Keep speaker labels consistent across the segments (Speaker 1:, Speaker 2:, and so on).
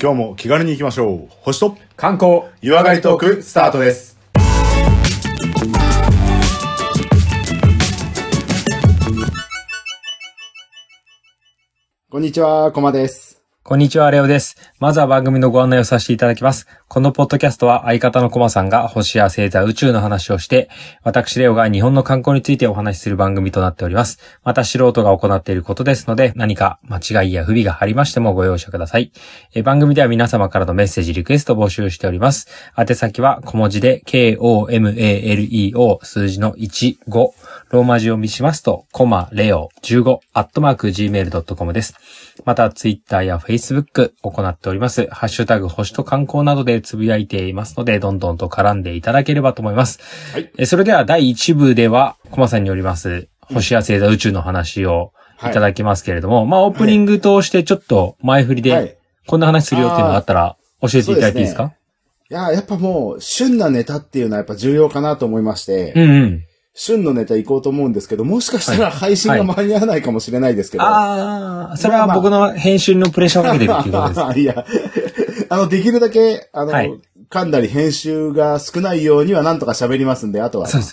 Speaker 1: 今日も気軽に行きましょう。星と
Speaker 2: 観光
Speaker 1: 湯上がりトークスタートです。
Speaker 3: こんにちは、コマです。
Speaker 2: こんにちは、レオです。まずは番組のご案内をさせていただきます。このポッドキャストは相方のコマさんが星や星座、宇宙の話をして、私レオが日本の観光についてお話しする番組となっております。また素人が行っていることですので、何か間違いや不備がありましてもご容赦ください。えー番組では皆様からのメッセージ、リクエストを募集しております。宛先は小文字で、KOMALEO 数字の1、5、ローマ字を見しますと、コマ、レオ、15、アットマーク、gmail.com です。また、ツイッターやフェイスブック行っております。ハッシュタグ、星と観光などでつぶやいていますので、どんどんと絡んでいただければと思います。
Speaker 1: はい
Speaker 2: えそれでは、第1部では、コマさんによります、星や星座宇宙の話をいただきますけれども、まあ、オープニングとしてちょっと前振りで、
Speaker 3: はい。
Speaker 2: こんな話するよっていうのがあったら、教えていただいていいですか
Speaker 3: いや、やっぱもう、旬なネタっていうのはやっぱ重要かなと思いまして、
Speaker 2: うんうん。
Speaker 3: 旬のネタ行こうと思うんですけど、もしかしたら配信が間に合わないかもしれないですけど。
Speaker 2: ああ、それは僕の編集のプレッシャーをかけてるっていうことです。
Speaker 3: いや、あの、できるだけ、あの、
Speaker 2: はい
Speaker 3: 噛んだり編集が少ないようにはなんとか喋りますんで、あとは
Speaker 2: そうで、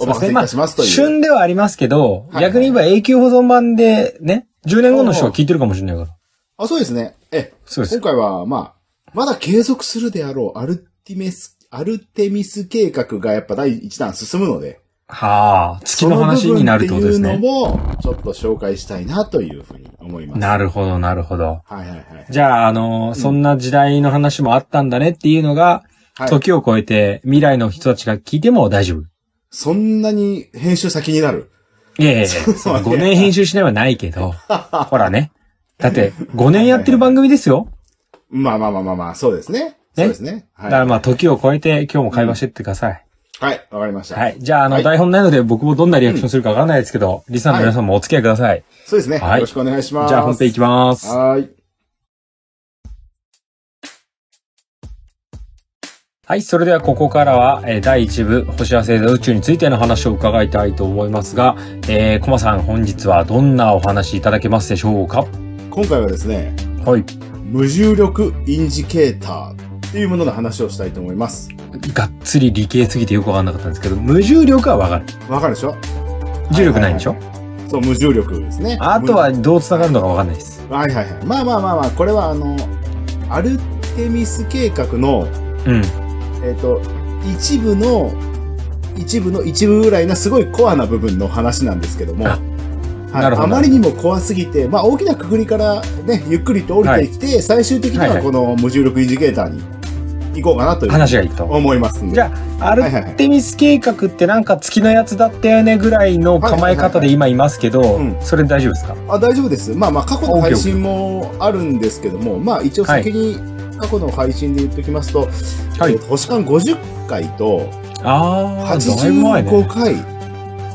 Speaker 3: お任せいたしますという。
Speaker 2: 旬ではありますけど、
Speaker 3: はい
Speaker 2: 逆に言えば永久保存版でね、10年後の人が聞いてるかもしれないから。
Speaker 3: あ、そうですね。ええ、
Speaker 2: そうです
Speaker 3: 今回は、まあ、まだ継続するであろう、アルティメス、アルテミス計画がやっぱ第一弾進むので、
Speaker 2: はあ、月の話になるってことです
Speaker 3: その
Speaker 2: ね。
Speaker 3: 部分っていうのも、ちょっと紹介したいなというふうに思います。
Speaker 2: なるほど、なるほど。
Speaker 3: はいはいはい。
Speaker 2: じゃあ、あの、そんな時代の話もあったんだねっていうのが、
Speaker 3: はい
Speaker 2: 時を超えて未来の人たちが聞いても大丈夫。
Speaker 3: そんなに編集先になる。
Speaker 2: いやいやいや、
Speaker 3: そうね
Speaker 2: 5年編集しないはない けど、ほらね。だって、5年やってる番組ですよ。
Speaker 3: まあまあまあまあまあ、そうですね。そうですね。
Speaker 2: だから
Speaker 3: は
Speaker 2: まあ、時を超えて今日も会話してってください。
Speaker 3: い。はい、わかりました。
Speaker 2: はい。じゃあ、あの、
Speaker 3: はい
Speaker 2: 台本ないので僕もどんなリアクションするかわからないですけど、リスナーの皆さんもお付き合いください。
Speaker 3: そうですね。
Speaker 2: はい
Speaker 3: よろしくお願いします。
Speaker 2: じゃあ、本編いきます。
Speaker 3: はい。
Speaker 2: はい、それではここからは、えー第1部、星や星座宇宙についての話を伺いたいと思いますが、えー、コマさん、本日はどんなお話いただけますでしょうか
Speaker 3: 今回はですね、
Speaker 2: はい。
Speaker 3: 無重力インジケーターっていうものの話をしたいと思います。
Speaker 2: がっつり理系すぎてよくわかんなかったんですけど、無重力はわかる。
Speaker 3: わかるでしょ
Speaker 2: 重力ないんでしょ、
Speaker 3: はそう、無重力ですね。
Speaker 2: あとはどう繋がるのかわかんないです。
Speaker 3: はいはいはい。まあまあまあまあ、これはあの、アルテミス計画の、
Speaker 2: うん。
Speaker 3: えっ、と、一部の、一部の一部ぐらいなすごいコアな部分の話なんですけども、
Speaker 2: あ
Speaker 3: はい
Speaker 2: なるほど
Speaker 3: あまりにも怖すぎて、まあ大きなくくりからね、ゆっくりと降りてきて、最終的に
Speaker 2: はいは
Speaker 3: はいこの無重力インジケーターに行こうかなという
Speaker 2: 話がいいと。
Speaker 3: 思いますんで。
Speaker 2: じゃあ、ア
Speaker 3: はいはいは
Speaker 2: ル
Speaker 3: い
Speaker 2: テミス計画ってなんか月のやつだったよねぐらいの構え方で今いますけど
Speaker 3: いはいはいう、
Speaker 2: それで大丈夫ですか
Speaker 3: あ大丈夫です。まあまあ過去の配信もあるんですけども、まあ一応先に過去の配信で言っておきますと、
Speaker 2: はい
Speaker 3: えーと星間50回と
Speaker 2: ああ、だいぶ前
Speaker 3: 85
Speaker 2: ね。
Speaker 3: 回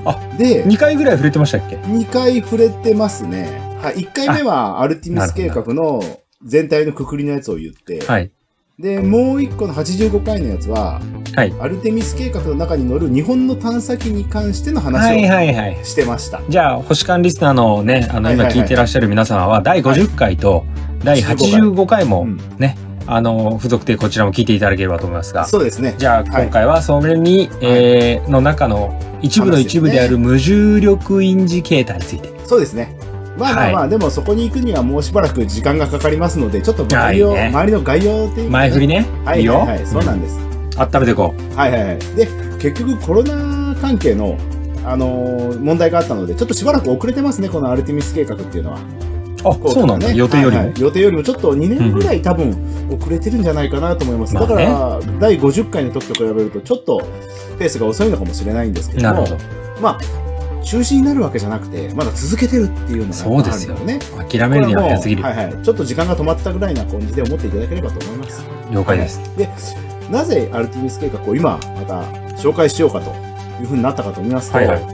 Speaker 2: あ
Speaker 3: で、
Speaker 2: 2回ぐらい触れてましたっけ
Speaker 3: 2回触れてますね。はい。1回目はアルティミス計画の全体のくくりのやつを言って、
Speaker 2: はい。
Speaker 3: で、もう1個の85回のやつは、
Speaker 2: はい
Speaker 3: アルテミス計画の中に載る日本の探査機に関しての
Speaker 2: は
Speaker 3: 話
Speaker 2: いはい
Speaker 3: を
Speaker 2: はい。
Speaker 3: してました。
Speaker 2: じゃあ、星間リスナーのね、あの、
Speaker 3: はい
Speaker 2: 今
Speaker 3: はいはい
Speaker 2: 聞いてらっしゃる皆様は、第50回と第85回も
Speaker 3: うん
Speaker 2: ね、あの、付属でこちらも聞いていただければと思いますが、
Speaker 3: そうですね。
Speaker 2: じゃあ、今回はそれに、えーの中の一部の一部である無重力インジケーターについて。
Speaker 3: そうですね。まあまあまあ、でもそこに行くにはもうしばらく時間がかかりますので、ちょっと周りを、
Speaker 2: はいね
Speaker 3: 周りの概要っていうかね
Speaker 2: 前振りね。
Speaker 3: はい
Speaker 2: い
Speaker 3: い
Speaker 2: よ。
Speaker 3: はいはい、そうなんです。
Speaker 2: 温めていこう。
Speaker 3: はいはいはい。で、結局コロナ関係の、あのー問題があったので、ちょっとしばらく遅れてますね、このアルティミス計画っていうのは。
Speaker 2: あ、そうなんだ。予定より
Speaker 3: はい
Speaker 2: も
Speaker 3: は。い予定よりもちょっと2年ぐらい多分遅れてるんじゃないかなと思います。
Speaker 2: まあ
Speaker 3: だ
Speaker 2: ね
Speaker 3: から、第50回の時と比べると、ちょっとペースが遅いのかもしれないんですけ
Speaker 2: な
Speaker 3: ど
Speaker 2: る
Speaker 3: も
Speaker 2: ほ、ど。
Speaker 3: まあ、中止になるわけじゃなくて、まだ続けてるっていうのが
Speaker 2: そうですよ
Speaker 3: あるのね。
Speaker 2: 諦めるには早すぎる。
Speaker 3: はいはい。ちょっと時間が止まったぐらいな感じで思っていただければと思います。
Speaker 2: 了解です。
Speaker 3: で、なぜアルティミス計画を今、また紹介しようかというふうになったかと思いますと、
Speaker 2: はいはい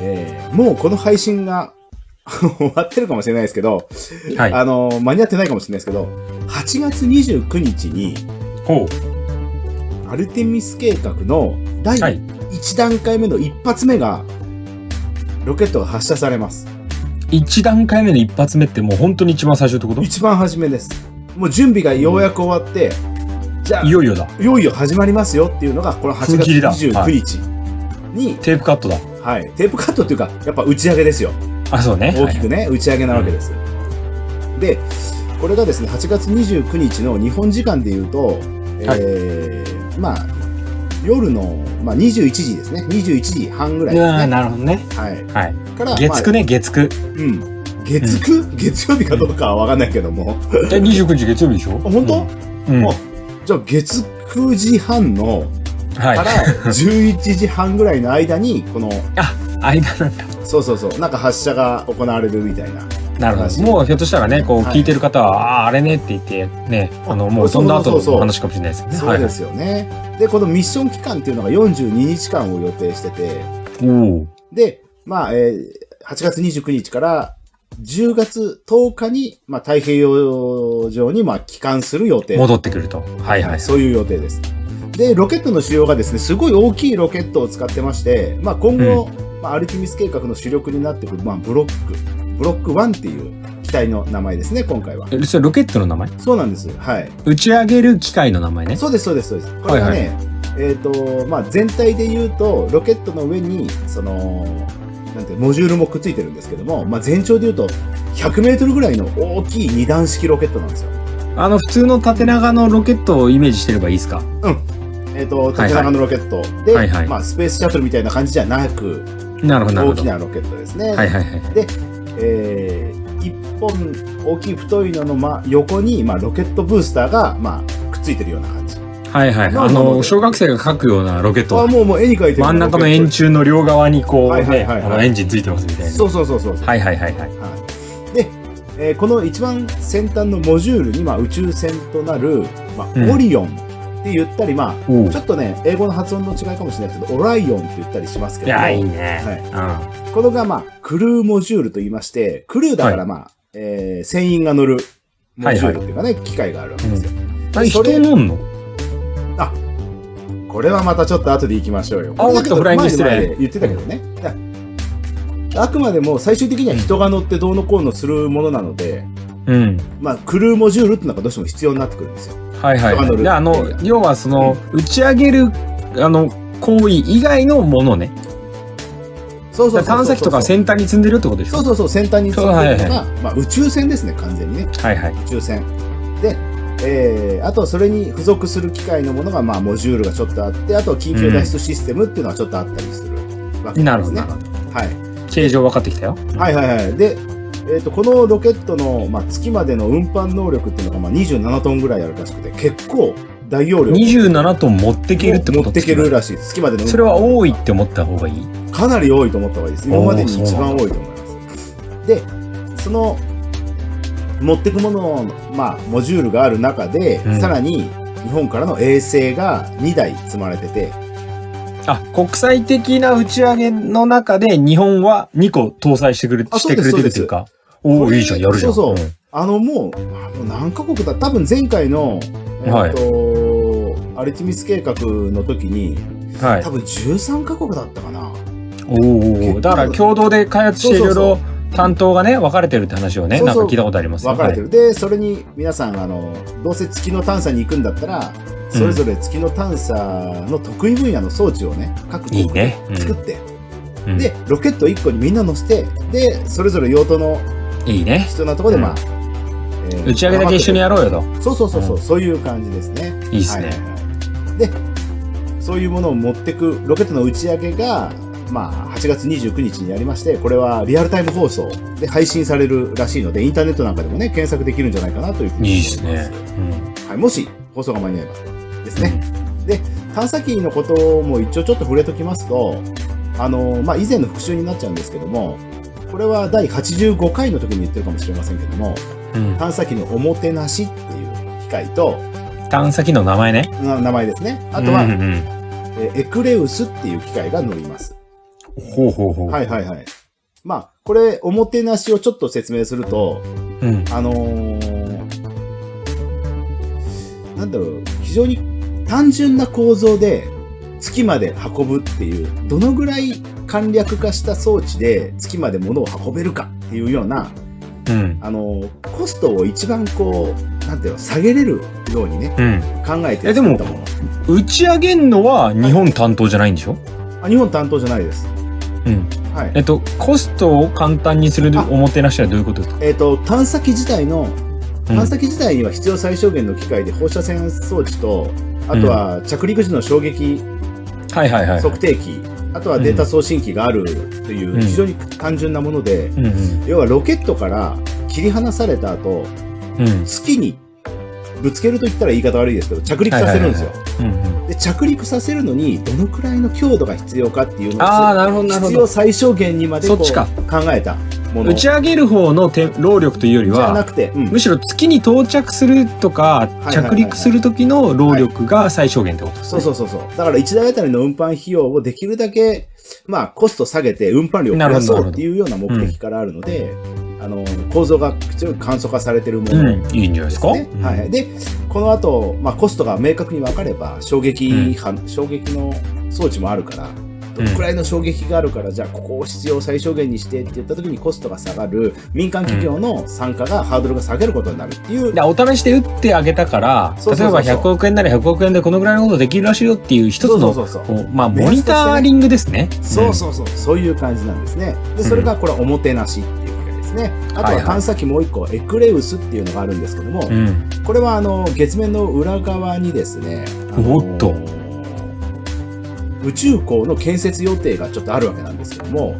Speaker 3: えーもうこの配信が終わってるかもしれないですけど、
Speaker 2: はい。
Speaker 3: あの、間に合ってないかもしれないですけど、8月29日に、
Speaker 2: ほう。
Speaker 3: アルテミス計画の第
Speaker 2: はい
Speaker 3: 1段階目の1発目が、ロケットが発射されます。
Speaker 2: 一段階目の一発目ってもう本当に一番最初ってこと
Speaker 3: 一番初めです。もう準備がようやく終わって、じゃあ
Speaker 2: い、よいよだ。
Speaker 3: いよいよ始まりますよっていうのが、この8
Speaker 2: 踏
Speaker 3: 月
Speaker 2: 切だ
Speaker 3: 29日に、
Speaker 2: テープカットだ。
Speaker 3: はい、テープカットっていうか、やっぱ打ち上げですよ。
Speaker 2: あ、そうね。
Speaker 3: 大きくね、打ち上げなわけです。で、これがですね、8月29日の日本時間で言うと、えーまあ、夜の、まあ、21時ですね。21時半ぐら
Speaker 2: はいい。
Speaker 3: です
Speaker 2: ああ、
Speaker 3: ね。
Speaker 2: なるほどね。
Speaker 3: はい。
Speaker 2: はい。
Speaker 3: から、
Speaker 2: 月9ね、月9。
Speaker 3: まあうん。月9、月曜日かどうかはわかんないけども。
Speaker 2: え、29日月曜日でしょ
Speaker 3: あ本当、
Speaker 2: うん。
Speaker 3: あじゃあ月9時半の、
Speaker 2: は
Speaker 3: から
Speaker 2: い。
Speaker 3: 11時半ぐらいの間に、この、
Speaker 2: 間 なんだ。
Speaker 3: そうそうそう、なんか発射が行われるみたいな。
Speaker 2: なるほど。もうひょっとしたらね、こう聞いてる方は、ああー、あれねって言って、ね、あの、もう飛んだ後の話かもしれないですね。
Speaker 3: そう
Speaker 2: は
Speaker 3: で
Speaker 2: い。
Speaker 3: すよね。で、このミッション期間っていうのが42日間を予定してて、
Speaker 2: おお。
Speaker 3: で、まあ、えー8月29日から10月10日に、まあ、太平洋上に、まあ、帰還する予定。
Speaker 2: 戻ってくると。はいはい。
Speaker 3: そういう予定です。で、ロケットの使用がですね、すごい大きいロケットを使ってまして、まあ、今後、まあ、アルティミス計画の主力になってくる、まあ、ブロック、ブロック1っていう機体の名前ですね、今回は。
Speaker 2: えそれロケットの名前
Speaker 3: そうなんです。はい。
Speaker 2: 打ち上げる機械の名前ね。
Speaker 3: そうです、そうです、そうです。これがね、えっ、と、まあ、全体で言うと、ロケットの上に、その、なんて、モジュールもくっついてるんですけども、まあ、全長で言うと、100メートルぐらいの大きい二段式ロケットなんですよ。
Speaker 2: あの、普通の縦長のロケットをイメージしてればいいですか
Speaker 3: えっ、と、縦長のロケットで、
Speaker 2: はいはい
Speaker 3: まあ、スペースシャトルみたいな感じじゃなく、
Speaker 2: なるほど、なる
Speaker 3: 大
Speaker 2: ほ
Speaker 3: き
Speaker 2: ど。は
Speaker 3: なロケットですね。
Speaker 2: いはいはい。
Speaker 3: えー、一本、大きい太いのの、ま、横に、まあ、ロケットブースターが、まあ、くっついてるような感じ。
Speaker 2: はいはい。
Speaker 3: まあ
Speaker 2: あ
Speaker 3: まあまあ
Speaker 2: の、小学生が描くようなロケッ
Speaker 3: あ、
Speaker 2: ト。
Speaker 3: もう、もう絵に描いてる
Speaker 2: 真ん中の円
Speaker 3: 柱。
Speaker 2: 柱の両側にこう、
Speaker 3: はいはい
Speaker 2: ね、
Speaker 3: はいはい
Speaker 2: あのエンジンついてますみたいな。
Speaker 3: そうそうそうそうそう。
Speaker 2: はいはいはいはい。
Speaker 3: はい、で、えーこの一番先端のモジュールに、まあ、宇宙船となる、まあ
Speaker 2: うん
Speaker 3: オリオンって言ったり、まあ、
Speaker 2: おう
Speaker 3: ちょっとね、英語の発音の違いかもしれないですけど、オライオンって言ったりしますけ
Speaker 2: い
Speaker 3: ども、
Speaker 2: や、いいね。
Speaker 3: はい
Speaker 2: うん。
Speaker 3: このが、まあ、クルーモジュールと言いまして、クルーだから、まあえー船員が乗るモジュールっていうかね、機械があるわけですよ。
Speaker 2: 何
Speaker 3: そ
Speaker 2: 人
Speaker 3: れ
Speaker 2: 乗んの
Speaker 3: これはまたちょっと後で行きましょうよ。
Speaker 2: あ
Speaker 3: これだけど
Speaker 2: もっとフライング
Speaker 3: 前で
Speaker 2: 失礼
Speaker 3: 前で言ってたけどね。いやあくまでも最終的には人が乗ってどうのこうのするものなので、
Speaker 2: うん。
Speaker 3: まあ、クルーモジュールってのがどうしても必要になってくるんですよ。
Speaker 2: はいはい
Speaker 3: 人が乗
Speaker 2: はい。
Speaker 3: るい
Speaker 2: で、あの
Speaker 3: や、
Speaker 2: 要はその、打ち上げる、あの、行為以外のものね。
Speaker 3: そうそうそうそう。
Speaker 2: 探査機とか先端に積んでるってことでしょ
Speaker 3: そうそうそう、先端に積んでるのが、
Speaker 2: はいはい
Speaker 3: まあ、宇宙船ですね、完全にね。
Speaker 2: はいはい。
Speaker 3: 宇宙船。で、えー、あとそれに付属する機械のものが、まあ、モジュールがちょっとあって、あと緊急脱出システムっていうのがちょっとあったりするわけ
Speaker 2: なる
Speaker 3: です
Speaker 2: ほ
Speaker 3: ね。
Speaker 2: どなるほど。
Speaker 3: はい。
Speaker 2: 形状分かってきたよ。
Speaker 3: はいはいはい。で、えっ、と、このロケットの、まあ、月までの運搬能力っていうのが、まあ、27トンぐらいあるらしくて、結構大容量。
Speaker 2: 27トン持ってけるってこと
Speaker 3: 持ってけるらしいです。月までの運搬
Speaker 2: それは多いって思った方がいい
Speaker 3: かなり多いと思った方がいいです。今までに一番多いと思います。で、その、持ってくものの、まあ、モジュールがある中で、
Speaker 2: うん
Speaker 3: さらに、日本からの衛星が2台積まれてて、
Speaker 2: あ、国際的な打ち上げの中で日本は2個搭載してくれ
Speaker 3: あ
Speaker 2: してくれてるっていうか。お
Speaker 3: こ
Speaker 2: お、
Speaker 3: れ
Speaker 2: いいじゃん、やるじゃん。
Speaker 3: そうそうんあの、もう、まあもう何カ国だ多分前回の、え
Speaker 2: はい
Speaker 3: っと、アルティミス計画の時に、
Speaker 2: はい
Speaker 3: 多。分13カ国だったかな。
Speaker 2: おーおー、だから共同で開発してい
Speaker 3: そうそ
Speaker 2: ろ
Speaker 3: う
Speaker 2: い
Speaker 3: そ
Speaker 2: ろ担当がね、分かれてるって話をね、
Speaker 3: そう
Speaker 2: なん
Speaker 3: そう
Speaker 2: か聞いたことありますよ
Speaker 3: 分かれてる。で、それに皆さん、あの、どうせ月の探査に行くんだったら、それぞれ月の探査の得意分野の装置をね、各
Speaker 2: はいい
Speaker 3: 国
Speaker 2: いね。
Speaker 3: 作って、
Speaker 2: うん。
Speaker 3: で、ロケット1個にみんな乗せて、で、それぞれ用途の
Speaker 2: うんいいね。
Speaker 3: 必要なところで、まあ、えー
Speaker 2: 打ち上げだけ一緒にやろうよと。
Speaker 3: そうそうそうそう、
Speaker 2: う
Speaker 3: そういう感じですね。
Speaker 2: いいっすね
Speaker 3: はいはいはいで、そういうものを持ってく、ロケットの打ち上げが、まあ、8月29日にやりまして、これはリアルタイム放送で配信されるらしいので、インターネットなんかでもね、検索できるんじゃないかなというふうに
Speaker 2: いいっ
Speaker 3: 思
Speaker 2: す
Speaker 3: いま
Speaker 2: ね
Speaker 3: す。。
Speaker 2: うん
Speaker 3: はい、もし放送が間に合えばですね。探査機のことも一応ちょっと触れときますと、あの、まあ、以前の復習になっちゃうんですけども、これは第85回の時に言ってるかもしれませんけども、
Speaker 2: うん
Speaker 3: 探査機のおもてなしっていう機械と、
Speaker 2: 探査機の名前ね。
Speaker 3: な名前ですね。あとは、
Speaker 2: うんうん
Speaker 3: えーエクレウスっていう機械が乗ります。
Speaker 2: うんほうほうほう。
Speaker 3: はいはいはい。まあ、これ、おもてなしをちょっと説明すると、
Speaker 2: うん。
Speaker 3: あのー、なんだろう、非常に単純な構造で月まで運ぶっていう、どのぐらい簡略化した装置で月まで物を運べるかっていうような、
Speaker 2: うん。
Speaker 3: あのーコストを一番こう、なんていうの、下げれるようにね、
Speaker 2: うん。
Speaker 3: 考えて
Speaker 2: えでも
Speaker 3: 作ったもの。
Speaker 2: 打ち上げんのは日本担当じゃないんでしょ
Speaker 3: あ日本担当じゃないです。
Speaker 2: うん。
Speaker 3: はい。
Speaker 2: えっと、コストを簡単にする
Speaker 3: あ
Speaker 2: おもてなしはどういうことですか
Speaker 3: えっ、と、探査機自体の、
Speaker 2: うん
Speaker 3: 探査機自体には必要最小限の機械で放射線装置と、あとは着陸時の衝撃
Speaker 2: はいはいはい。
Speaker 3: 測定器、あとはデータ送信機があるといううん非常に単純なもので、
Speaker 2: うんうん。
Speaker 3: 要はロケットから切り離された後、
Speaker 2: うん。
Speaker 3: 月にぶつけると言ったら言い方悪いですけど、着陸させるんですよ。
Speaker 2: うんうん。
Speaker 3: で、着陸させるのにどのくらいの強度が必要かっていうの
Speaker 2: ああ、
Speaker 3: を
Speaker 2: なるほどなるほ
Speaker 3: 必
Speaker 2: ど
Speaker 3: 要。最小限にまでこう
Speaker 2: そっちか
Speaker 3: 考えたもの
Speaker 2: 打ち上げる方の手労力というより
Speaker 3: じゃな
Speaker 2: は、
Speaker 3: くて、うん
Speaker 2: むしろ月に到着するとか
Speaker 3: い、はいはいはい
Speaker 2: 着陸する時の労力が最小限ってことです
Speaker 3: そう
Speaker 2: ね。
Speaker 3: そうそうそう。だから1台あたりの運搬費用をできるだけ、まあコスト下げて運搬量を増や
Speaker 2: なる
Speaker 3: そ
Speaker 2: ほ
Speaker 3: う
Speaker 2: ど
Speaker 3: っていうような目的からあるので、あの、構造が強く簡素化されてるもの
Speaker 2: うん。いいんじゃ
Speaker 3: で
Speaker 2: ないですすか
Speaker 3: ね。はい。で、この後、まあコストが明確に分かれば、衝撃波、衝撃の装置もあるから、どのくらいの衝撃があるから、じゃあここを必要最小限にしてって言った時にコストが下がる、民間企業の参加がハードルが下げることになるっていう、
Speaker 2: だからお試しで打ってあげたから
Speaker 3: そう、そう
Speaker 2: 例
Speaker 3: そ
Speaker 2: え
Speaker 3: うそう
Speaker 2: ば100億円なら100億円でこのぐらいのことできるらしいよっていう一つ
Speaker 3: そう
Speaker 2: の、
Speaker 3: そうそうそう。
Speaker 2: こうまあ、
Speaker 3: 目
Speaker 2: モ
Speaker 3: 安と
Speaker 2: ニ
Speaker 3: してね
Speaker 2: タリングですね。
Speaker 3: そうそうそう、そういう感じなんですね。で、それがこれ、おもてなしっていうわけですね。あ
Speaker 2: は
Speaker 3: と
Speaker 2: い
Speaker 3: は
Speaker 2: はい
Speaker 3: 探査機もう一個、エクレウスっていうのがあるんですけども、
Speaker 2: うん。うん。
Speaker 3: これはあの、月面の裏側にですね、あの
Speaker 2: おっと
Speaker 3: 宇宙港の建設予定がちょっとあるわけなんですけども、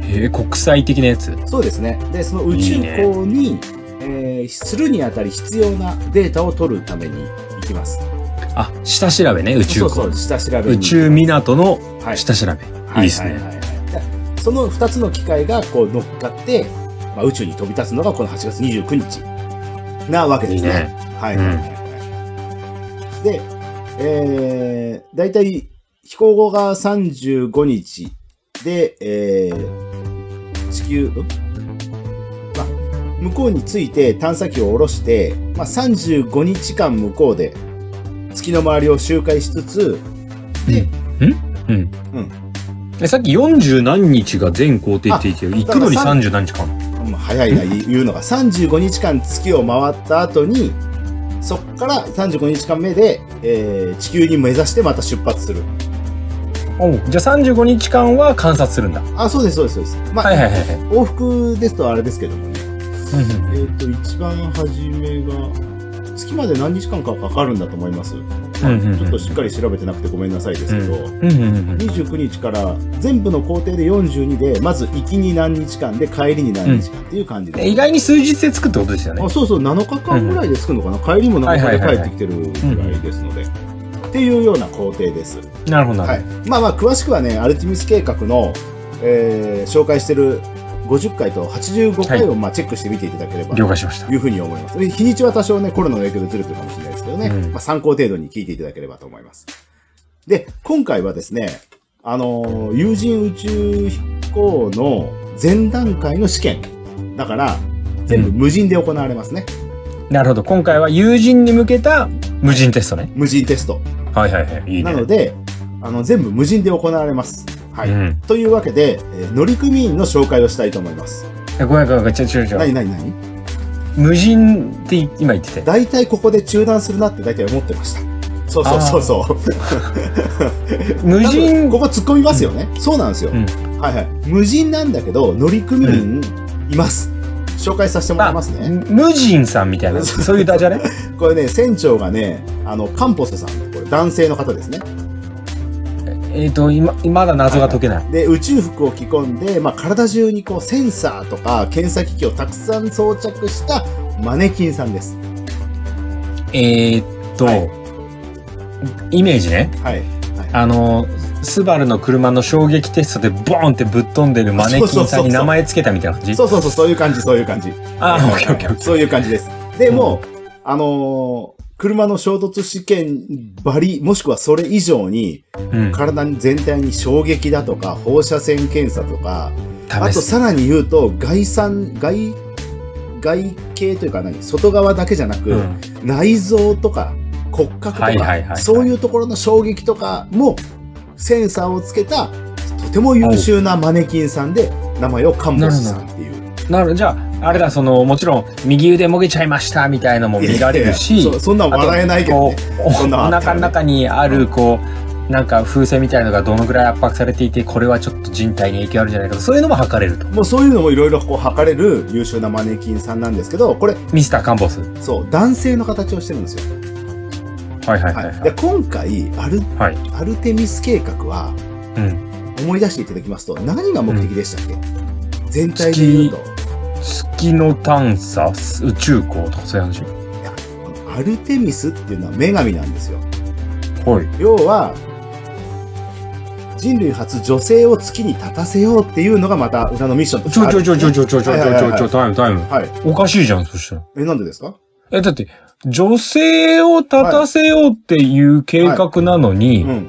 Speaker 2: へえ、国際的なやつ。
Speaker 3: そうですね。で、その宇宙港に、えーするにあたり必要なデータを取るために行きます。
Speaker 2: あ、下調べね、宇宙
Speaker 3: そ
Speaker 2: 港。
Speaker 3: うそう、下調べに
Speaker 2: 宇宙港の
Speaker 3: はい
Speaker 2: 下調べ。い、いですね。
Speaker 3: はいでその2つの機械がこう乗っかって、まあ、宇宙に飛び立つのがこの8月29日なわけ
Speaker 2: い
Speaker 3: で
Speaker 2: い
Speaker 3: すね。
Speaker 2: ね。
Speaker 3: はいはいはいはい。で、えー、だいたい飛行後が35日で、えー、地球、んまあ、向こうに着いて探査機を下ろして、まあ、35日間向こうで月の周りを周回しつつ、で、
Speaker 2: うん。
Speaker 3: うん
Speaker 2: えさっき40何日が全行程って言ってたけど行くのに
Speaker 3: だから
Speaker 2: 30何日間。
Speaker 3: まあ早いな言うのが35日間月を回った後にそっから35日間目で、えー地球に目指してまた出発する
Speaker 2: おうじゃあ35日間は観察するんだ。
Speaker 3: あそうですそうですそうですまあ、
Speaker 2: はいはいはいはい。
Speaker 3: 往復ですとあれですけどもね
Speaker 2: うん
Speaker 3: え
Speaker 2: うん
Speaker 3: っ、と一番初めが月まで何日間かかかるんだと思います、
Speaker 2: うんうんうん
Speaker 3: ちょっとしっかり調べてなくてごめんなさいですけど、
Speaker 2: うんうんうんうん
Speaker 3: 29日から全部の工程で42でまず行きに何日間で帰りに何日間っていう感じで、
Speaker 2: 意外に数日でつくってことですよね
Speaker 3: あ。そうそう7日間ぐらいで着くのかな、帰りも7日で帰ってきてるぐらいですので、っていうような工程です、
Speaker 2: なるほどな
Speaker 3: は
Speaker 2: る
Speaker 3: い、まあまあ詳しくはねアルティミス計画の、えー紹介してる50回と85回をまあチェックしてみていただければ、
Speaker 2: ほど。了解しました
Speaker 3: と。いうふうに思います。で日にちは多少ね、コロナの影響でずれてるかもしれないですけどね、
Speaker 2: うん
Speaker 3: まあ、参考程度に聞いていただければと思います。で、今回はですね、あのー、有人宇宙飛行の前段階の試験。だから、全部
Speaker 2: うん
Speaker 3: 無人で行われますね。
Speaker 2: なるほど。今回は友人に向けた無人テストね。
Speaker 3: 無人テスト。
Speaker 2: はいはいはい。いいね。
Speaker 3: なので、あの、全部無人で行われます。はい。
Speaker 2: うん。
Speaker 3: というわけで、えー乗組員の紹介をしたいと思います。
Speaker 2: えごめんごめんごめん。ちょちょちょ。
Speaker 3: 何何何
Speaker 2: 無人って今言ってて。
Speaker 3: 大体ここで中断するなって大体思ってました。そうそうそうそう。
Speaker 2: 無
Speaker 3: 多分
Speaker 2: 人
Speaker 3: ここ突っ込みますよね、そうなんですよ、
Speaker 2: うん
Speaker 3: はいはい無人なんだけど乗組員います、紹介させてもらいますね
Speaker 2: 無人さんみたいな、そういうダ ジャレ
Speaker 3: これね船長がねあのカンポスさんこれ男性の方ですね
Speaker 2: えっと、今、まだ謎が解けない。
Speaker 3: で宇宙服を着込んで、まあ、体中にこうセンサーとか検査機器をたくさん装着したマネキンさんです
Speaker 2: えーっと、
Speaker 3: はい
Speaker 2: イメージね。
Speaker 3: はい
Speaker 2: あの、スバルの車の衝撃テストでボーンってぶっ飛んでるマネキンさんに名前つけたみたいな感じ
Speaker 3: そうそうそうそういう感じそういう感じ
Speaker 2: あー、オッケーオッケーオッケー。
Speaker 3: そういう感じです。でも、あのー車の衝突試験ばり、もしくはそれ以上に、
Speaker 2: うん。
Speaker 3: 体全体に衝撃だとか、放射線検査とか、あ
Speaker 2: 試
Speaker 3: と
Speaker 2: す。
Speaker 3: さらに言うと、外産、外、外形というか何外側だけじゃなく、
Speaker 2: うん。
Speaker 3: 内臓とか骨格とか、
Speaker 2: はいはいはいはい
Speaker 3: そういうところの衝撃とかもセンサーをつけた、とても優秀なマネキンさんで、名前をカンボスさんっていう。
Speaker 2: なるじゃあ、あれだ、その、もちろん、右腕もげちゃいました、みたいのも見られる
Speaker 3: いや
Speaker 2: し、
Speaker 3: いやそそんなん笑えないけど、
Speaker 2: こ
Speaker 3: ね、
Speaker 2: う、おお
Speaker 3: そんなんあった
Speaker 2: 腹
Speaker 3: らね
Speaker 2: の中にある、こう、なんか風船みたいのがどのぐらい圧迫されていて、これはちょっと人体に影響あるんじゃないかと、そういうのも測れると。
Speaker 3: もうそういうのもいろいろこう測れる優秀なマネキンさんなんですけど、これ、
Speaker 2: ミスターカンボス。
Speaker 3: そう、男性の形をしてるんですよ。
Speaker 2: はいはいは
Speaker 3: はいい。
Speaker 2: は
Speaker 3: で
Speaker 2: い。
Speaker 3: 今回アル、
Speaker 2: はい
Speaker 3: アルテミス計画は、
Speaker 2: うん。
Speaker 3: 思い出していただきますと、何が目的でしたっけ、全体で言うと、
Speaker 2: 月の探査、宇宙港とかそういう話。
Speaker 3: このアルテミスっていうのは女神なんですよ。
Speaker 2: はい。
Speaker 3: 要は、人類初女性を月に立たせようっていうのがまた裏のミッションとして
Speaker 2: ちょ
Speaker 3: あ
Speaker 2: いちょ
Speaker 3: る
Speaker 2: いちょいちょいちょいちょいちょいちょいちょいちょいタイムタイム。
Speaker 3: はい。
Speaker 2: おかしいじゃん、そしたら。
Speaker 3: え、なんでですか
Speaker 2: え、だって、女性を立たせようっていう計画なのに、
Speaker 3: うん。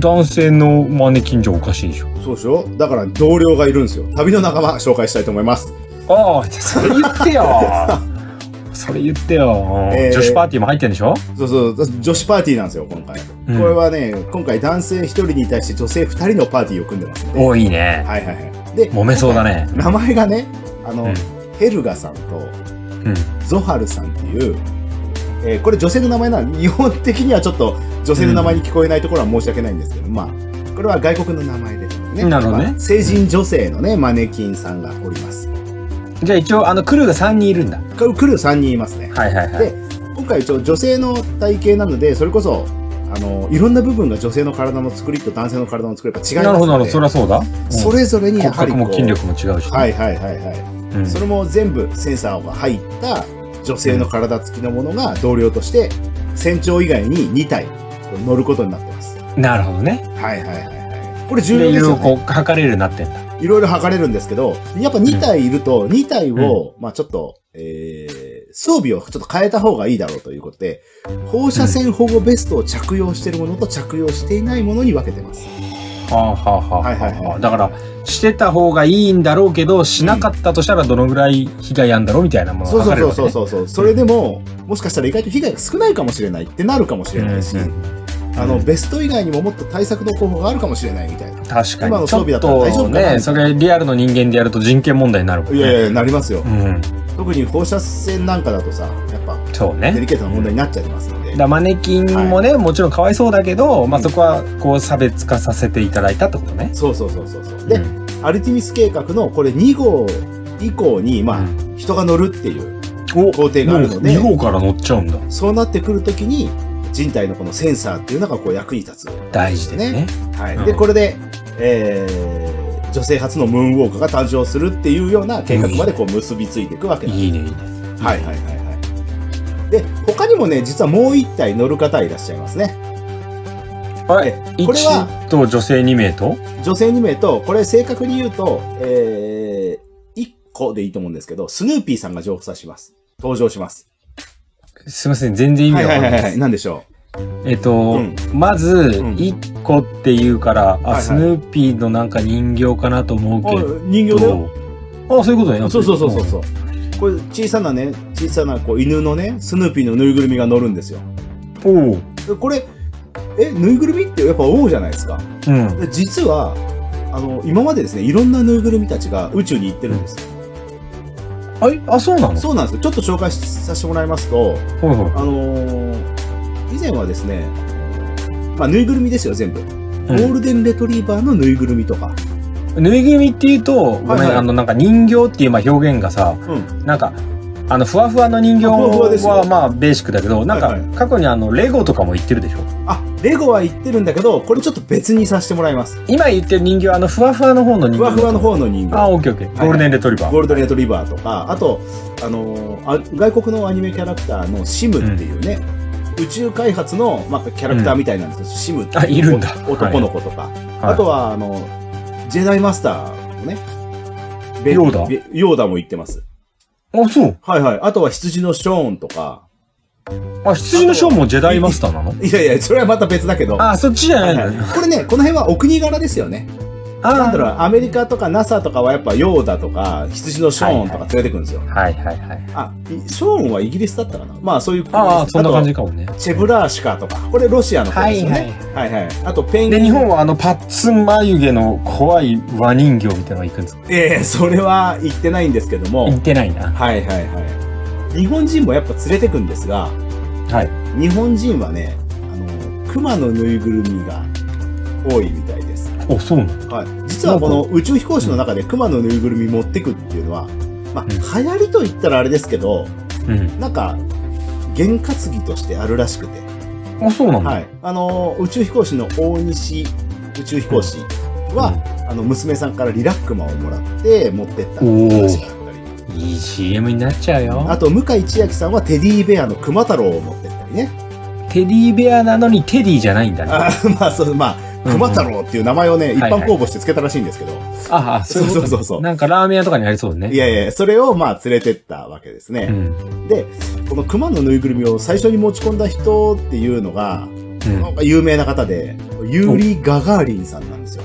Speaker 2: 男性のマネキンじゃおかしいでしょ。
Speaker 3: そうでしょだから同僚がいるんですよ。旅の仲間紹介したいと思います。
Speaker 2: ああ、それ言ってよ。 それ言ってよ、
Speaker 3: えー
Speaker 2: 女子パーティーも入ってんでしょ、
Speaker 3: そうそう、女子パーティーなんですよ、今回。
Speaker 2: うん
Speaker 3: これはね、今回男性1人に対して女性2人のパーティーを組んでますんで。
Speaker 2: おいいね。
Speaker 3: はいはいはい。で、
Speaker 2: 揉めそうだね。
Speaker 3: 名前がね、あの、
Speaker 2: うん
Speaker 3: ヘルガさんと
Speaker 2: うん。
Speaker 3: ゾハルさんっていう、えーこれ女性の名前なんで、日本的にはちょっと女性の名前に聞こえないところは申し訳ないんですけど、まあ、これは外国の名前ですね。
Speaker 2: なるほどね
Speaker 3: まあ成人女性のね、マネキンさんがおります。
Speaker 2: じゃあ一応、あの、クルーが3人いるんだ。
Speaker 3: これクルー3人いますね。
Speaker 2: はいはいはい。
Speaker 3: で今回一応女性の体型なので、それこそ、あの、いろんな部分が女性の体の作りと男性の体の作りが違いますので
Speaker 2: なるほどなるほど、そりゃそうだ。うん
Speaker 3: それぞれに
Speaker 2: 骨
Speaker 3: やはり
Speaker 2: 格
Speaker 3: こう
Speaker 2: も筋力も違うし、
Speaker 3: はいはいはいはい。
Speaker 2: うん
Speaker 3: それも全部センサーが入った女性の体付きのものが同僚として船長以外に2体乗ることになってます。は
Speaker 2: なるほどね。
Speaker 3: いはいはいはい。これ重
Speaker 2: で、
Speaker 3: 要
Speaker 2: い
Speaker 3: です
Speaker 2: ろい
Speaker 3: よ
Speaker 2: ろこ
Speaker 3: ね。
Speaker 2: う、測れるようになってんだ。
Speaker 3: いろいろ測れるんですけど、やっぱ2体いると2体を、まあちょっと、えー、装備をちょっと変えた方がいいだろうということで、放射線保護ベストを着用しているものと着用していないものに分けてます。
Speaker 2: はあはあはあ、
Speaker 3: はいはいはい
Speaker 2: だから、してた方がいいんだろうけど、しなかったとしたらどのぐらい被害あんだろうみたいなもの
Speaker 3: そ
Speaker 2: が
Speaker 3: うそ
Speaker 2: 測れる
Speaker 3: う
Speaker 2: わけ、
Speaker 3: そう
Speaker 2: ね。う
Speaker 3: そうそう。それでも、もしかしたら意外と被害が少ないかもしれないってなるかもしれないし、
Speaker 2: ん
Speaker 3: あ
Speaker 2: う
Speaker 3: の、
Speaker 2: ん
Speaker 3: ベスト以外にももっと対策の候補があるかもしれないみたいな。
Speaker 2: 確か
Speaker 3: 今の
Speaker 2: に。ち
Speaker 3: 装
Speaker 2: ょっ
Speaker 3: 備だったら大丈
Speaker 2: と
Speaker 3: 夫かな
Speaker 2: ね、それリアルの人間でやると人権問題になるもん
Speaker 3: い
Speaker 2: ね。
Speaker 3: やいや、なりますよ。
Speaker 2: うん。
Speaker 3: 特に放射線なんかだとさ、やっぱ、
Speaker 2: そう
Speaker 3: デリ
Speaker 2: ね。
Speaker 3: ケートな問題になっちゃいますので。
Speaker 2: だマネキンもね、もちろんかわいそうだけど、まあ、そこはこう差別化させていただいたってことね。
Speaker 3: そうそうそうそうそう。で、
Speaker 2: うん
Speaker 3: アルティミス計画のこれ2号以降に、まあ、
Speaker 2: うん
Speaker 3: 人が乗るっていう
Speaker 2: お
Speaker 3: 工程があるので
Speaker 2: もう2号から乗っちゃうんだ。
Speaker 3: そうなってくるときに、人体のこのセンサーっていうのがこう役に立つ。
Speaker 2: 大事ですね。
Speaker 3: はい。
Speaker 2: うん
Speaker 3: で、これで、えー、女性初のムーンウォーカーが誕生するっていうような計画までこう結びついていくわけなんです
Speaker 2: いいね、いいね。
Speaker 3: はいはいはいはい。で、他にもね、実はもう一体乗る方いらっしゃいますね。
Speaker 2: はい。
Speaker 3: これは
Speaker 2: 1と女性2名と
Speaker 3: 女性2名と、これ正確に言うと、えー、1個でいいと思うんですけど、スヌーピーさんが乗車します。登場します。
Speaker 2: すいません、全然意味
Speaker 3: はいは
Speaker 2: わか
Speaker 3: いは
Speaker 2: んないい
Speaker 3: はい
Speaker 2: です
Speaker 3: はい。。なんでしょ
Speaker 2: えっと、
Speaker 3: うん
Speaker 2: まず、
Speaker 3: ん
Speaker 2: 1個っていうから、
Speaker 3: はいは
Speaker 2: あ、
Speaker 3: い
Speaker 2: スヌーピーのなんか人形かなと思う
Speaker 3: う
Speaker 2: けど、
Speaker 3: あ人形だよ。
Speaker 2: あ、そういうことね。
Speaker 3: そうそうそうそうそう。これ小さなね、小さなこう犬のね、スヌーピーのぬいぐるみが乗るんですよ。
Speaker 2: うん。おう。
Speaker 3: でこれ、え、ぬいぐるみってやっぱ王じゃないですか。
Speaker 2: うん。
Speaker 3: で実は、あの、今までですね、いろんなぬいぐるみたちが宇宙に行ってるんです。
Speaker 2: あいあ、そうなの
Speaker 3: そうなんですよ。ちょっと紹介させてもらいますと、
Speaker 2: はいはい
Speaker 3: あのー以前はですね、まあ、ぬいぐるみですよ、全部。
Speaker 2: うん
Speaker 3: ゴールデンレトリーバーのぬいぐるみとか。
Speaker 2: ぬいぐるみっていうと、ごめん、
Speaker 3: はいはい
Speaker 2: あの、なんか人形っていうまあ表現がさ、
Speaker 3: うん。
Speaker 2: なんか、あの、ふわふわの人形
Speaker 3: ふわふわですよ
Speaker 2: はまあベーシックだけど、なん
Speaker 3: はいは
Speaker 2: か、過去にあの、レゴとかも言ってるでしょ
Speaker 3: あ、レゴは言ってるんだけど、これちょっと別にさせてもらいます。
Speaker 2: 今言ってる人形、あの、ふわふわの方の人形。
Speaker 3: ふわふわの方の人
Speaker 2: あ、
Speaker 3: 形。
Speaker 2: オッケーオッケー。
Speaker 3: はい
Speaker 2: ゴールデンレトリバー。
Speaker 3: ゴールデンレトリーバーとか、あと、あのーあ外国のアニメキャラクターのシムっていうね、宇宙開発の、まあ、キャラクターみたいなんですけど、シムって
Speaker 2: あいるんだ
Speaker 3: お男の子とか。
Speaker 2: はい
Speaker 3: あとは、あの、ジェダイマスターもね、ベ
Speaker 2: ヨーダ
Speaker 3: ベヨーダも言ってます。
Speaker 2: あ、そう。
Speaker 3: はいはい。あとは羊のショーンとか。
Speaker 2: あ、羊のショーもジェダイマスターなの
Speaker 3: いやいや、それはまた別だけど。
Speaker 2: あ、そっちじゃ
Speaker 3: は
Speaker 2: ないい
Speaker 3: は
Speaker 2: の
Speaker 3: いこれね、この辺はお国柄ですよね。
Speaker 2: あー
Speaker 3: なんだろう、アメリカとか NASA とかはやっぱヨーダとか、羊のショーンとか連れてくるんですよ。
Speaker 2: はいはいはい。
Speaker 3: あ、いショーンはイギリスだったかなまあそういう国です
Speaker 2: ああ、そんな感じ
Speaker 3: と
Speaker 2: かもね。
Speaker 3: チェブラーシカとか、これロシアの方ですよね。はいはい。あとペンギン。
Speaker 2: で、日本はあの、パッツン眉毛の怖い和人形みたいなのが行くんですか
Speaker 3: ええそれは言ってないんですけども。
Speaker 2: 行ってないな。
Speaker 3: はいはいはい。日本人もやっぱ連れてくんですが、
Speaker 2: はい。
Speaker 3: 日本人はね、あの、熊のぬいぐるみが多いみたいです。
Speaker 2: お、そうなの
Speaker 3: はい。実はこの宇宙飛行士の中で熊のぬいぐるみ持ってくっていうのは、まあ、
Speaker 2: ん
Speaker 3: 流行りと言ったらあれですけど、
Speaker 2: うん。
Speaker 3: なんか、験担ぎとしてあるらしくて、
Speaker 2: あ、そうなんだ。
Speaker 3: はい。あの、宇宙飛行士の大西宇宙飛行士は、あの、娘さんからリラックマをもらって持ってった話があったり、
Speaker 2: うん、いい CM になっちゃう
Speaker 3: あ
Speaker 2: よ。
Speaker 3: と、向井千秋さんはテディベアの熊太郎を持ってったりね。
Speaker 2: テディベアなのにテディじゃないんだね。あ
Speaker 3: あ ーまあ、そう、まあ、熊太郎っていう名前をね、
Speaker 2: ん
Speaker 3: 一般公募して付けたらしいんですけど、
Speaker 2: あ、そういうこと
Speaker 3: そうそうそうそう
Speaker 2: なんかラーメン屋とかにありそうね。
Speaker 3: い、やいや、それをまあ連れてったわけです
Speaker 2: う
Speaker 3: ね。
Speaker 2: ん。
Speaker 3: で、この熊のぬいぐるみを最初に持ち込んだ人っていうのが、
Speaker 2: う。
Speaker 3: なんんか有名な方で、ユーリー・ガガーリンさんなんですよ。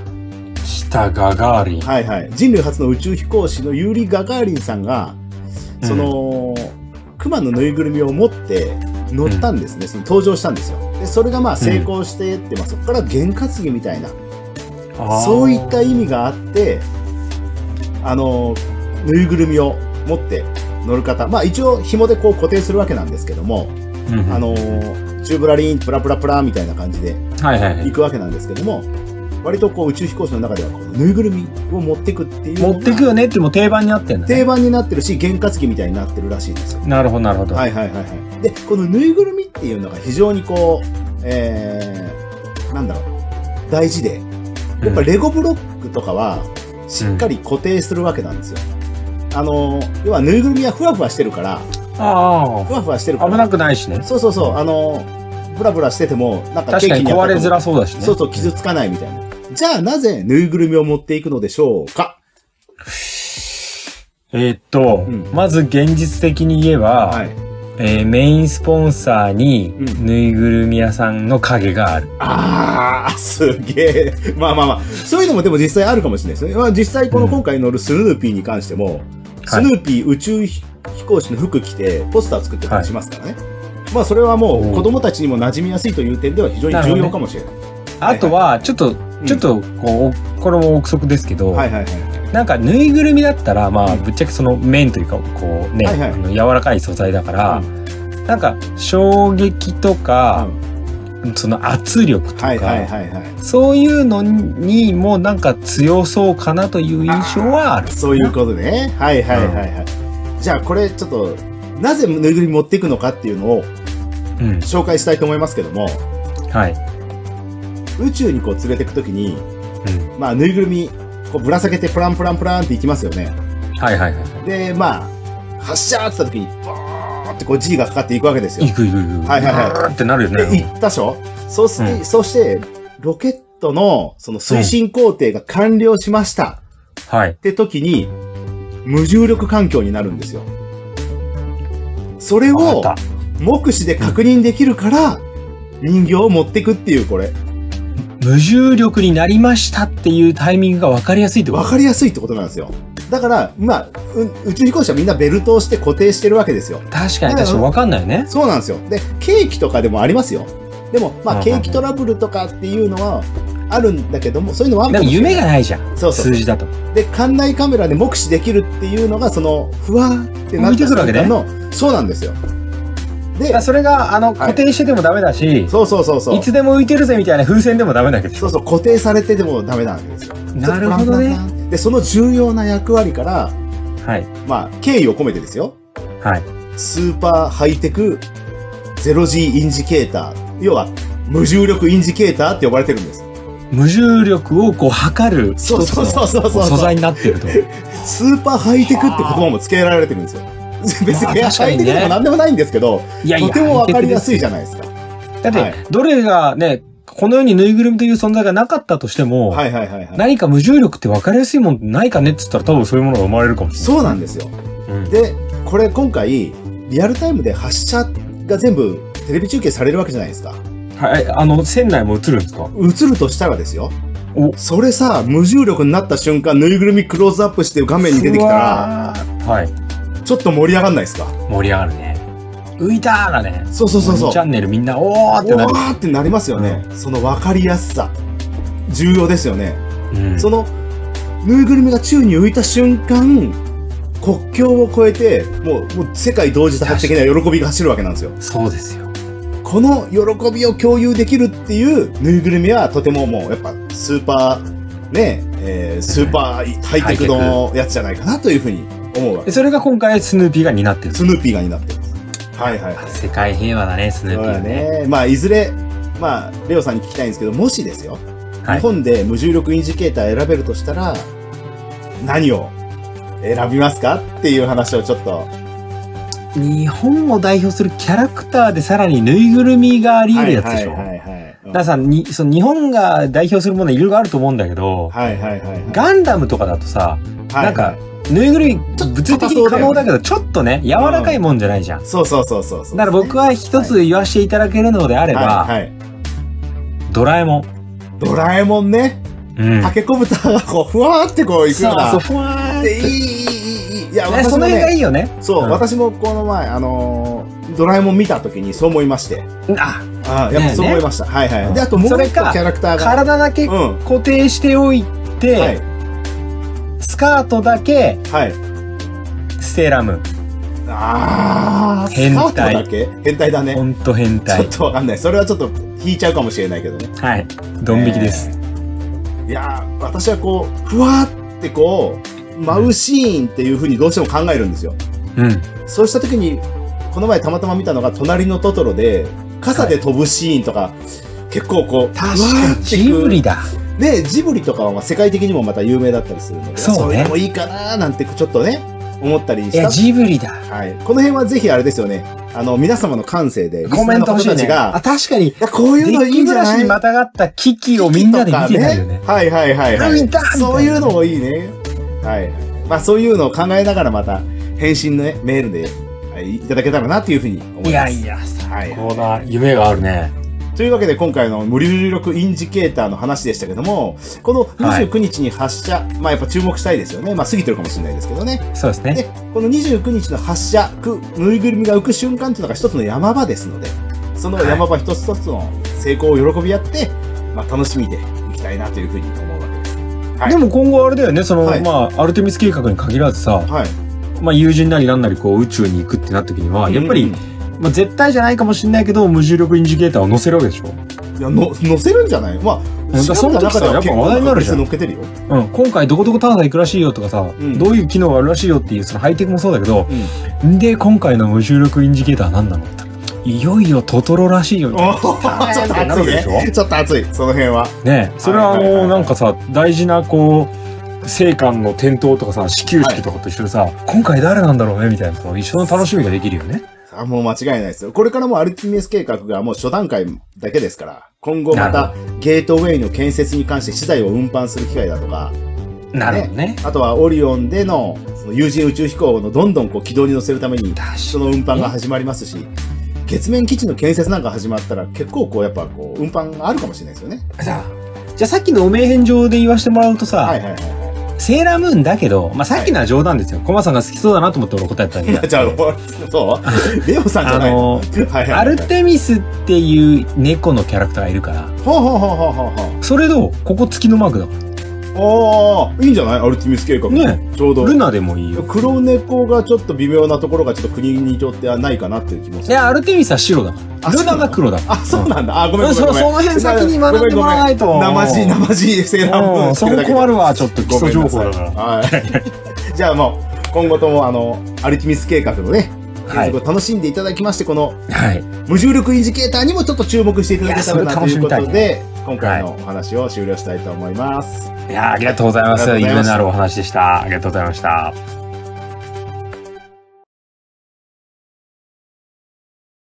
Speaker 2: 下ガガーリン。
Speaker 3: はいはい。人類初の宇宙飛行士のユーリー・ガガーリンさんが、その、熊のぬいぐるみを持って乗ったんですね。その登場したんですよ。で、それがまあ成功してって、まあそこから験担ぎみたいな、
Speaker 2: あー
Speaker 3: そういった意味があって、あの、ぬいぐるみを持って乗る方、まあ一応紐でこう固定するわけなんですけども、
Speaker 2: うん
Speaker 3: あの、チューブラリン、プラプラプラみたいな感じで
Speaker 2: はいはいは
Speaker 3: 行
Speaker 2: い。
Speaker 3: くわけなんですけども、割とこう宇宙飛行士の中ではこうぬいぐるみを持ってくっていうのが
Speaker 2: 持ってくよねってもう定番になってんだ
Speaker 3: 定
Speaker 2: ね。
Speaker 3: 番になってるし、験担ぎみたいになってるらしいんですよ。
Speaker 2: なるほどなるほど。
Speaker 3: はいはいはいはい。で、このぬいぐるみっていうのが非常にこう、えー、なんだろう、大事で、やっぱレゴブロックとかは、しっかり固定するわけなんですよ。あの、要はぬいぐるみはふわふわしてるから、
Speaker 2: あ
Speaker 3: ふわふわしてるか
Speaker 2: あ、
Speaker 3: ら。
Speaker 2: 危なくないしね。
Speaker 3: そうそうそう、あの、ぶらぶらしてても、なんか
Speaker 2: 確かに
Speaker 3: 当
Speaker 2: 壊
Speaker 3: た
Speaker 2: れ
Speaker 3: って
Speaker 2: づ
Speaker 3: も
Speaker 2: らそうだしね。
Speaker 3: そうそう、傷つかないみたいな。じゃあなぜぬいぐるみを持っていくのでしょうか
Speaker 2: えーっと、
Speaker 3: うん
Speaker 2: まず現実的に言えば、
Speaker 3: はい。
Speaker 2: えーメインスポンサーに
Speaker 3: うん
Speaker 2: ぬいぐるみ屋さんの影がある。
Speaker 3: ああ、すげえ。まあまあまあ、そういうのもでも実際あるかもしれないですね。まあ、実際この今回乗るスヌーピーに関しても、スヌーピー宇宙飛行士の服着てポスター作ってたりしますからね。まあそれはも
Speaker 2: おう
Speaker 3: う子供たちにも馴染みやすいという点では非常に重要かもしれない。
Speaker 2: あとは、ちょっと、ちょっと、こう、これも憶測ですけど、
Speaker 3: はいはいはい。
Speaker 2: なんかぬいぐるみだったら、まあ、
Speaker 3: うん
Speaker 2: ぶっちゃけその面というか、こうね、
Speaker 3: はいはい
Speaker 2: あの柔らかい素材だから
Speaker 3: う、
Speaker 2: なんか衝撃とか、その圧力とか、
Speaker 3: はいはいはいはい。
Speaker 2: そういうのにもなんか強そうかなという印象はある。
Speaker 3: そういうことね。はいはいはいはい。じゃあこれちょっと、なぜぬいぐるみ持っていくのかっていうのを
Speaker 2: うん。
Speaker 3: 紹介したいと思いますけども、
Speaker 2: はい。
Speaker 3: 宇宙にこう連れてくときに、
Speaker 2: うん。
Speaker 3: まあ、ぬいぐるみ、こうぶら下げてプランプランプランっていきますよね。
Speaker 2: はいはいはい。
Speaker 3: で、まあ、発射って言った時に、ボーンってこう G がかかっていくわけですよ
Speaker 2: い。くいくいく。
Speaker 3: はいはいはい
Speaker 2: い。ってなるよ
Speaker 3: で、
Speaker 2: ね。
Speaker 3: 行ったでしょそうし
Speaker 2: う
Speaker 3: て、そして、ロケットの、その推進工程が完了しました
Speaker 2: はい
Speaker 3: っ。て時に、無重力環境になるんですよ。それ
Speaker 2: わ
Speaker 3: を
Speaker 2: かっ
Speaker 3: 目視で確認できるから、人形を持ってくっていう、これ。
Speaker 2: た。無重力になりましたっていうタイミングが分かりやすいってこと
Speaker 3: わかりやすいってことなんですよ。だから、まあ、う宇宙飛行士はみんなベルトをして固定してるわけですよ。
Speaker 2: 確かに確かに分かんないよね。
Speaker 3: そうなんですよ。で、ケーキとかでもありますよ。でも、
Speaker 2: うんうん
Speaker 3: ま
Speaker 2: う
Speaker 3: あ、
Speaker 2: ん
Speaker 3: ケーキトラブルとかっていうのはあるんだけども、そういうのはある
Speaker 2: で
Speaker 3: か
Speaker 2: も
Speaker 3: もしれない
Speaker 2: 夢がないじゃん。
Speaker 3: そうそう
Speaker 2: 数。字だと。
Speaker 3: で、館内カメラで目視できるっていうのが、その、ふわーってなっ
Speaker 2: 浮いて
Speaker 3: た
Speaker 2: くるわけね
Speaker 3: 瞬間の、そうなんですよ。
Speaker 2: だ
Speaker 3: で
Speaker 2: から、それが、あの、
Speaker 3: はい
Speaker 2: 固定しててもダメだし、
Speaker 3: そうそうそうそ。
Speaker 2: いうつでも浮いてるぜみたいな風船でもダメだけど。
Speaker 3: そうそう、固定されててもダメなわけですよ。
Speaker 2: なるほど
Speaker 3: ちょっとプランプラン
Speaker 2: ね。
Speaker 3: プラン。で、その重要な役割から、
Speaker 2: はい。
Speaker 3: まあ、敬意を込めてですよ。
Speaker 2: はい。
Speaker 3: スーパーハイテク 0G インジケーター。要は、無重力インジケーターって呼ばれてるんです。
Speaker 2: 無重力をこう測る一
Speaker 3: そう
Speaker 2: つ
Speaker 3: そう
Speaker 2: の
Speaker 3: そうそうそう。
Speaker 2: 素材になってると。
Speaker 3: スーパーハイテクって言葉も付けられてるんです よ。別に
Speaker 2: まあ確
Speaker 3: ハ
Speaker 2: かに
Speaker 3: イ
Speaker 2: ね
Speaker 3: テクでも何でもないんですけど、
Speaker 2: いやいや。
Speaker 3: とてもわかりやすいじ
Speaker 2: ゃ
Speaker 3: ゃないですか。は
Speaker 2: ん。だっ
Speaker 3: は
Speaker 2: て
Speaker 3: い、
Speaker 2: どれがね、この世にぬいぐるみという存在がなかったとしても、
Speaker 3: いはいはいはい。
Speaker 2: 何か無重力って分かりやすいもんないかねって言ったら多分そういうものが生まれるかもし
Speaker 3: そうなんですよ。
Speaker 2: れない。
Speaker 3: で、これ今回、リアルタイムで発射が全部テレビ中継されるわけじゃないですか。
Speaker 2: うんはい。あの、船内も映るんですか
Speaker 3: 映るとしたらですよ。
Speaker 2: お
Speaker 3: それさ、無重力になった瞬間、ぬいぐるみクローズアップして画面に出てきたら、
Speaker 2: はい。
Speaker 3: ちょっと盛り上がんないですか
Speaker 2: 盛り上がるね。浮いたーだね。
Speaker 3: そうそうそうそう。
Speaker 2: チャンネルみんな、おーってな
Speaker 3: お
Speaker 2: る。
Speaker 3: ーってなりますよね。その分かりやすさ。重要ですよね。
Speaker 2: うん
Speaker 3: その、ぬいぐるみが宙に浮いた瞬間、国境を越えて、もう、もう世界同時多発的な喜びが走るわけなんですよ。
Speaker 2: そうですよ。
Speaker 3: この喜びを共有できるっていうぬいぐるみはとてももうやっぱスーパーね、えースーパーハイテクのやつじゃないかなというふうに思うわけ
Speaker 2: でそれが今回スヌーピーが担ってる。
Speaker 3: スヌーピーがになってますはいはいはい
Speaker 2: 世界平和だね、スヌー
Speaker 3: そう
Speaker 2: ピーは
Speaker 3: だ
Speaker 2: ね。
Speaker 3: ねまあいずれまあレオさんに聞きたいんですけどもしですよ、
Speaker 2: はい
Speaker 3: 日本で無重力インジケーター選べるとしたら何を選びますかっていう話をちょっと
Speaker 2: 日本を代表するキャラクターでさらにぬいぐるみがあり得るやつでしょ。
Speaker 3: はいは
Speaker 2: だ
Speaker 3: いはいはいうん
Speaker 2: からさ、にその日本が代表するものいろいろあると思うんだけど、
Speaker 3: はいはいはいはい
Speaker 2: ガンダムとかだとさ、
Speaker 3: はい
Speaker 2: なんか、ぬいぐるみ、物理的に可能だけど、ちょっとね、柔らかいもんじゃないじゃん。
Speaker 3: そうそうそうそうそう
Speaker 2: だから僕は一つ言わせていただけるのであれば、
Speaker 3: はいはい
Speaker 2: ドラえもん。
Speaker 3: ドラえもんね、
Speaker 2: うん。
Speaker 3: タケコブタがこう、ふわーってこう行くような。
Speaker 2: ふわーっ
Speaker 3: で、いい、
Speaker 2: て。
Speaker 3: いい、いい、いい。いや、
Speaker 2: ね、
Speaker 3: 私
Speaker 2: そ
Speaker 3: も
Speaker 2: の辺が
Speaker 3: ね、
Speaker 2: いいよね。
Speaker 3: そう、
Speaker 2: うん
Speaker 3: 私もこの前、あのードラえもん見た時にそう思いまして。
Speaker 2: あ、
Speaker 3: あーやっぱそう思いました。はいはい。で、あともう
Speaker 2: それ
Speaker 3: 一個
Speaker 2: か
Speaker 3: キャラクターが。
Speaker 2: 体だけ
Speaker 3: うん。は
Speaker 2: 固定しておいて、
Speaker 3: い。
Speaker 2: スカートだけ
Speaker 3: はい。
Speaker 2: ステラム。
Speaker 3: あー、
Speaker 2: 変態
Speaker 3: スカートだけ変態だ
Speaker 2: ほ
Speaker 3: ね。
Speaker 2: んと変
Speaker 3: ちょ
Speaker 2: 態
Speaker 3: っ。とわかんない。それはちょっと引いちゃうかもしれないけどね。
Speaker 2: はい。ドン引きです。
Speaker 3: えー。いやー、私はこう、ふわーってこう、舞うシーンっていうふうにどうしても考えるんですよ。
Speaker 2: うん。
Speaker 3: そうした時に、この前たまたま見たのが、隣のトトロで、傘で飛ぶシーンとか、結構こう、
Speaker 2: 確
Speaker 3: うわ
Speaker 2: か
Speaker 3: ー
Speaker 2: に。
Speaker 3: ってく
Speaker 2: ジブリだ。
Speaker 3: で、ジブリとかはまあ世界的にもまた有名だったりするので、
Speaker 2: そうね
Speaker 3: れもいいかなーなんてちょっとね、思ったり
Speaker 2: い
Speaker 3: し
Speaker 2: や、
Speaker 3: た。
Speaker 2: ジブリだ。
Speaker 3: はい。この辺はぜひあれですよね、あの、皆様の感性で、
Speaker 2: コメント欲しい
Speaker 3: リスナーの方たち
Speaker 2: ね。あ、
Speaker 3: が、
Speaker 2: 確かに。
Speaker 3: いや、こう
Speaker 2: デ
Speaker 3: いうの
Speaker 2: ッ
Speaker 3: いい
Speaker 2: キ
Speaker 3: んじ
Speaker 2: ブ
Speaker 3: ゃ
Speaker 2: ラ
Speaker 3: な
Speaker 2: シ
Speaker 3: い
Speaker 2: にまたがった危機をみんなで見てないよね。
Speaker 3: はいはいはいは
Speaker 2: あ見たみたい
Speaker 3: い。
Speaker 2: な
Speaker 3: そういうのもいいね。はい。まあそういうのを考えながらまた、返信のね、メールで、はい、いただけたらなっていうふうに思います。
Speaker 2: いやいや、
Speaker 3: はい
Speaker 2: 最高な夢があるね。
Speaker 3: というわけで今回の無重力インジケーターの話でしたけども、この29日に発射、まあやっぱ注目したいですよね。まあ過ぎてるかもしれないですけどね。
Speaker 2: そうですね。
Speaker 3: で、この29日の発射、くぬいぐるみが浮く瞬間というのが一つの山場ですので、その山場一つ一つの成功を喜び合って、まあ楽しみでいきたいなというふうに思うわけです。はい
Speaker 2: でも今後あれだよね、その、
Speaker 3: はい
Speaker 2: まあ、アルテミス計画に限らずさ、
Speaker 3: はい。
Speaker 2: まあ、友人なりなんなりこう宇宙に行くってなった時には、やっぱり、
Speaker 3: うん
Speaker 2: まあ、絶対じゃないかもしれないけど、無重力インジケーターを載せるわけでしょ。
Speaker 3: いや、の、乗せるんじゃないまあ、
Speaker 2: だからその
Speaker 3: 調べ
Speaker 2: 時さ
Speaker 3: た中では
Speaker 2: やっぱ話題になるじゃ
Speaker 3: 結構確実
Speaker 2: ん
Speaker 3: に乗っけて
Speaker 2: うん、今回どこどこ探査行くらしいよとかさ、
Speaker 3: うん
Speaker 2: どういう機能があるらしいよっていう、そのハイテクもそうだけど、
Speaker 3: るよ。
Speaker 2: で、今回の無重力インジケーターは何なのって言ったらいよいよトトロらしいよみたい
Speaker 3: お
Speaker 2: な。
Speaker 3: ー ちょっと
Speaker 2: なる
Speaker 3: 熱い
Speaker 2: わけでしょ
Speaker 3: ね。 ちょっと熱い、その辺は。
Speaker 2: ねそれはあ
Speaker 3: はいはいはい
Speaker 2: の、
Speaker 3: はい
Speaker 2: なんかさ、大事なこう、生還の点灯とかさ、始球式とかと一緒でさ、今回誰なんだろうねみたいな、こう一緒の楽しみができるよね。
Speaker 3: あ、もう間違いないですよ。これからもアルティメス計画がもう初段階だけですから、今後ま
Speaker 2: な
Speaker 3: たゲートウェイの建設に関して資材を運搬する機会だとか、
Speaker 2: なるほどね。
Speaker 3: あとはオリオンでのその有人宇宙飛行のどんどんこう軌道に乗せるために、
Speaker 2: 確
Speaker 3: その運搬が始まりますし、月面基地の建設なんか始まったら結構こうやっぱこう運搬があるかもしれないですよね。
Speaker 2: かにさ。じゃあさっきのお名返上で言わせてもらうとさ、
Speaker 3: はいはい は
Speaker 2: セーラームーンだけど、まあ、さっきのは冗談ですよ。コマさんが好きそうだなと思って俺答えたん
Speaker 3: い。いや、
Speaker 2: だ
Speaker 3: じゃあ、そうレオさんじゃないの
Speaker 2: あの
Speaker 3: はいはい。
Speaker 2: アルテミスっていう猫のキャラクターがいるから、
Speaker 3: ほうほうほうほうほうほう。
Speaker 2: それと、ここ月のマークだか
Speaker 3: おー、いいんじゃないアルティメス計画。
Speaker 2: ね
Speaker 3: ちょうど
Speaker 2: ら。。ルナでもいいよ。
Speaker 3: 黒猫がちょっと微妙なところがちょっと国にとってはないかなっていう気もす
Speaker 2: い
Speaker 3: る。
Speaker 2: や、アルテミスは白だから。
Speaker 3: あそ
Speaker 2: ル
Speaker 3: うな
Speaker 2: ナ
Speaker 3: の
Speaker 2: が黒だから。
Speaker 3: あ、そうなんだ。あ、ごめん
Speaker 2: う
Speaker 3: ご
Speaker 2: ん
Speaker 3: めんご
Speaker 2: そう
Speaker 3: めん。
Speaker 2: その辺先に学んでもらわないと。
Speaker 3: 生じ、生じ、セーラームー
Speaker 2: う
Speaker 3: ン
Speaker 2: ん、
Speaker 3: つ
Speaker 2: そ
Speaker 3: け
Speaker 2: こ
Speaker 3: るだけで。
Speaker 2: 困るわ、ちょっと基
Speaker 3: ご
Speaker 2: 礎
Speaker 3: めん
Speaker 2: 情
Speaker 3: な
Speaker 2: 報
Speaker 3: さい
Speaker 2: だから。
Speaker 3: はい。 じゃあもう、今後ともあの、アルティミス計画のね、
Speaker 2: は
Speaker 3: 継
Speaker 2: い
Speaker 3: 続を楽しんでいただきまして、この
Speaker 2: はい。
Speaker 3: 無重力インジケーターにもちょっと注目していただけたら
Speaker 2: いや
Speaker 3: な
Speaker 2: そ
Speaker 3: と
Speaker 2: れ楽
Speaker 3: い
Speaker 2: し
Speaker 3: う
Speaker 2: み
Speaker 3: こ
Speaker 2: たい
Speaker 3: と
Speaker 2: ね
Speaker 3: で、今回のお話を終了したいと思います。
Speaker 2: いやーありがとうございます。
Speaker 3: ありがとうございま
Speaker 2: 夢
Speaker 3: した
Speaker 2: のあるお話でした。ありがとうございました。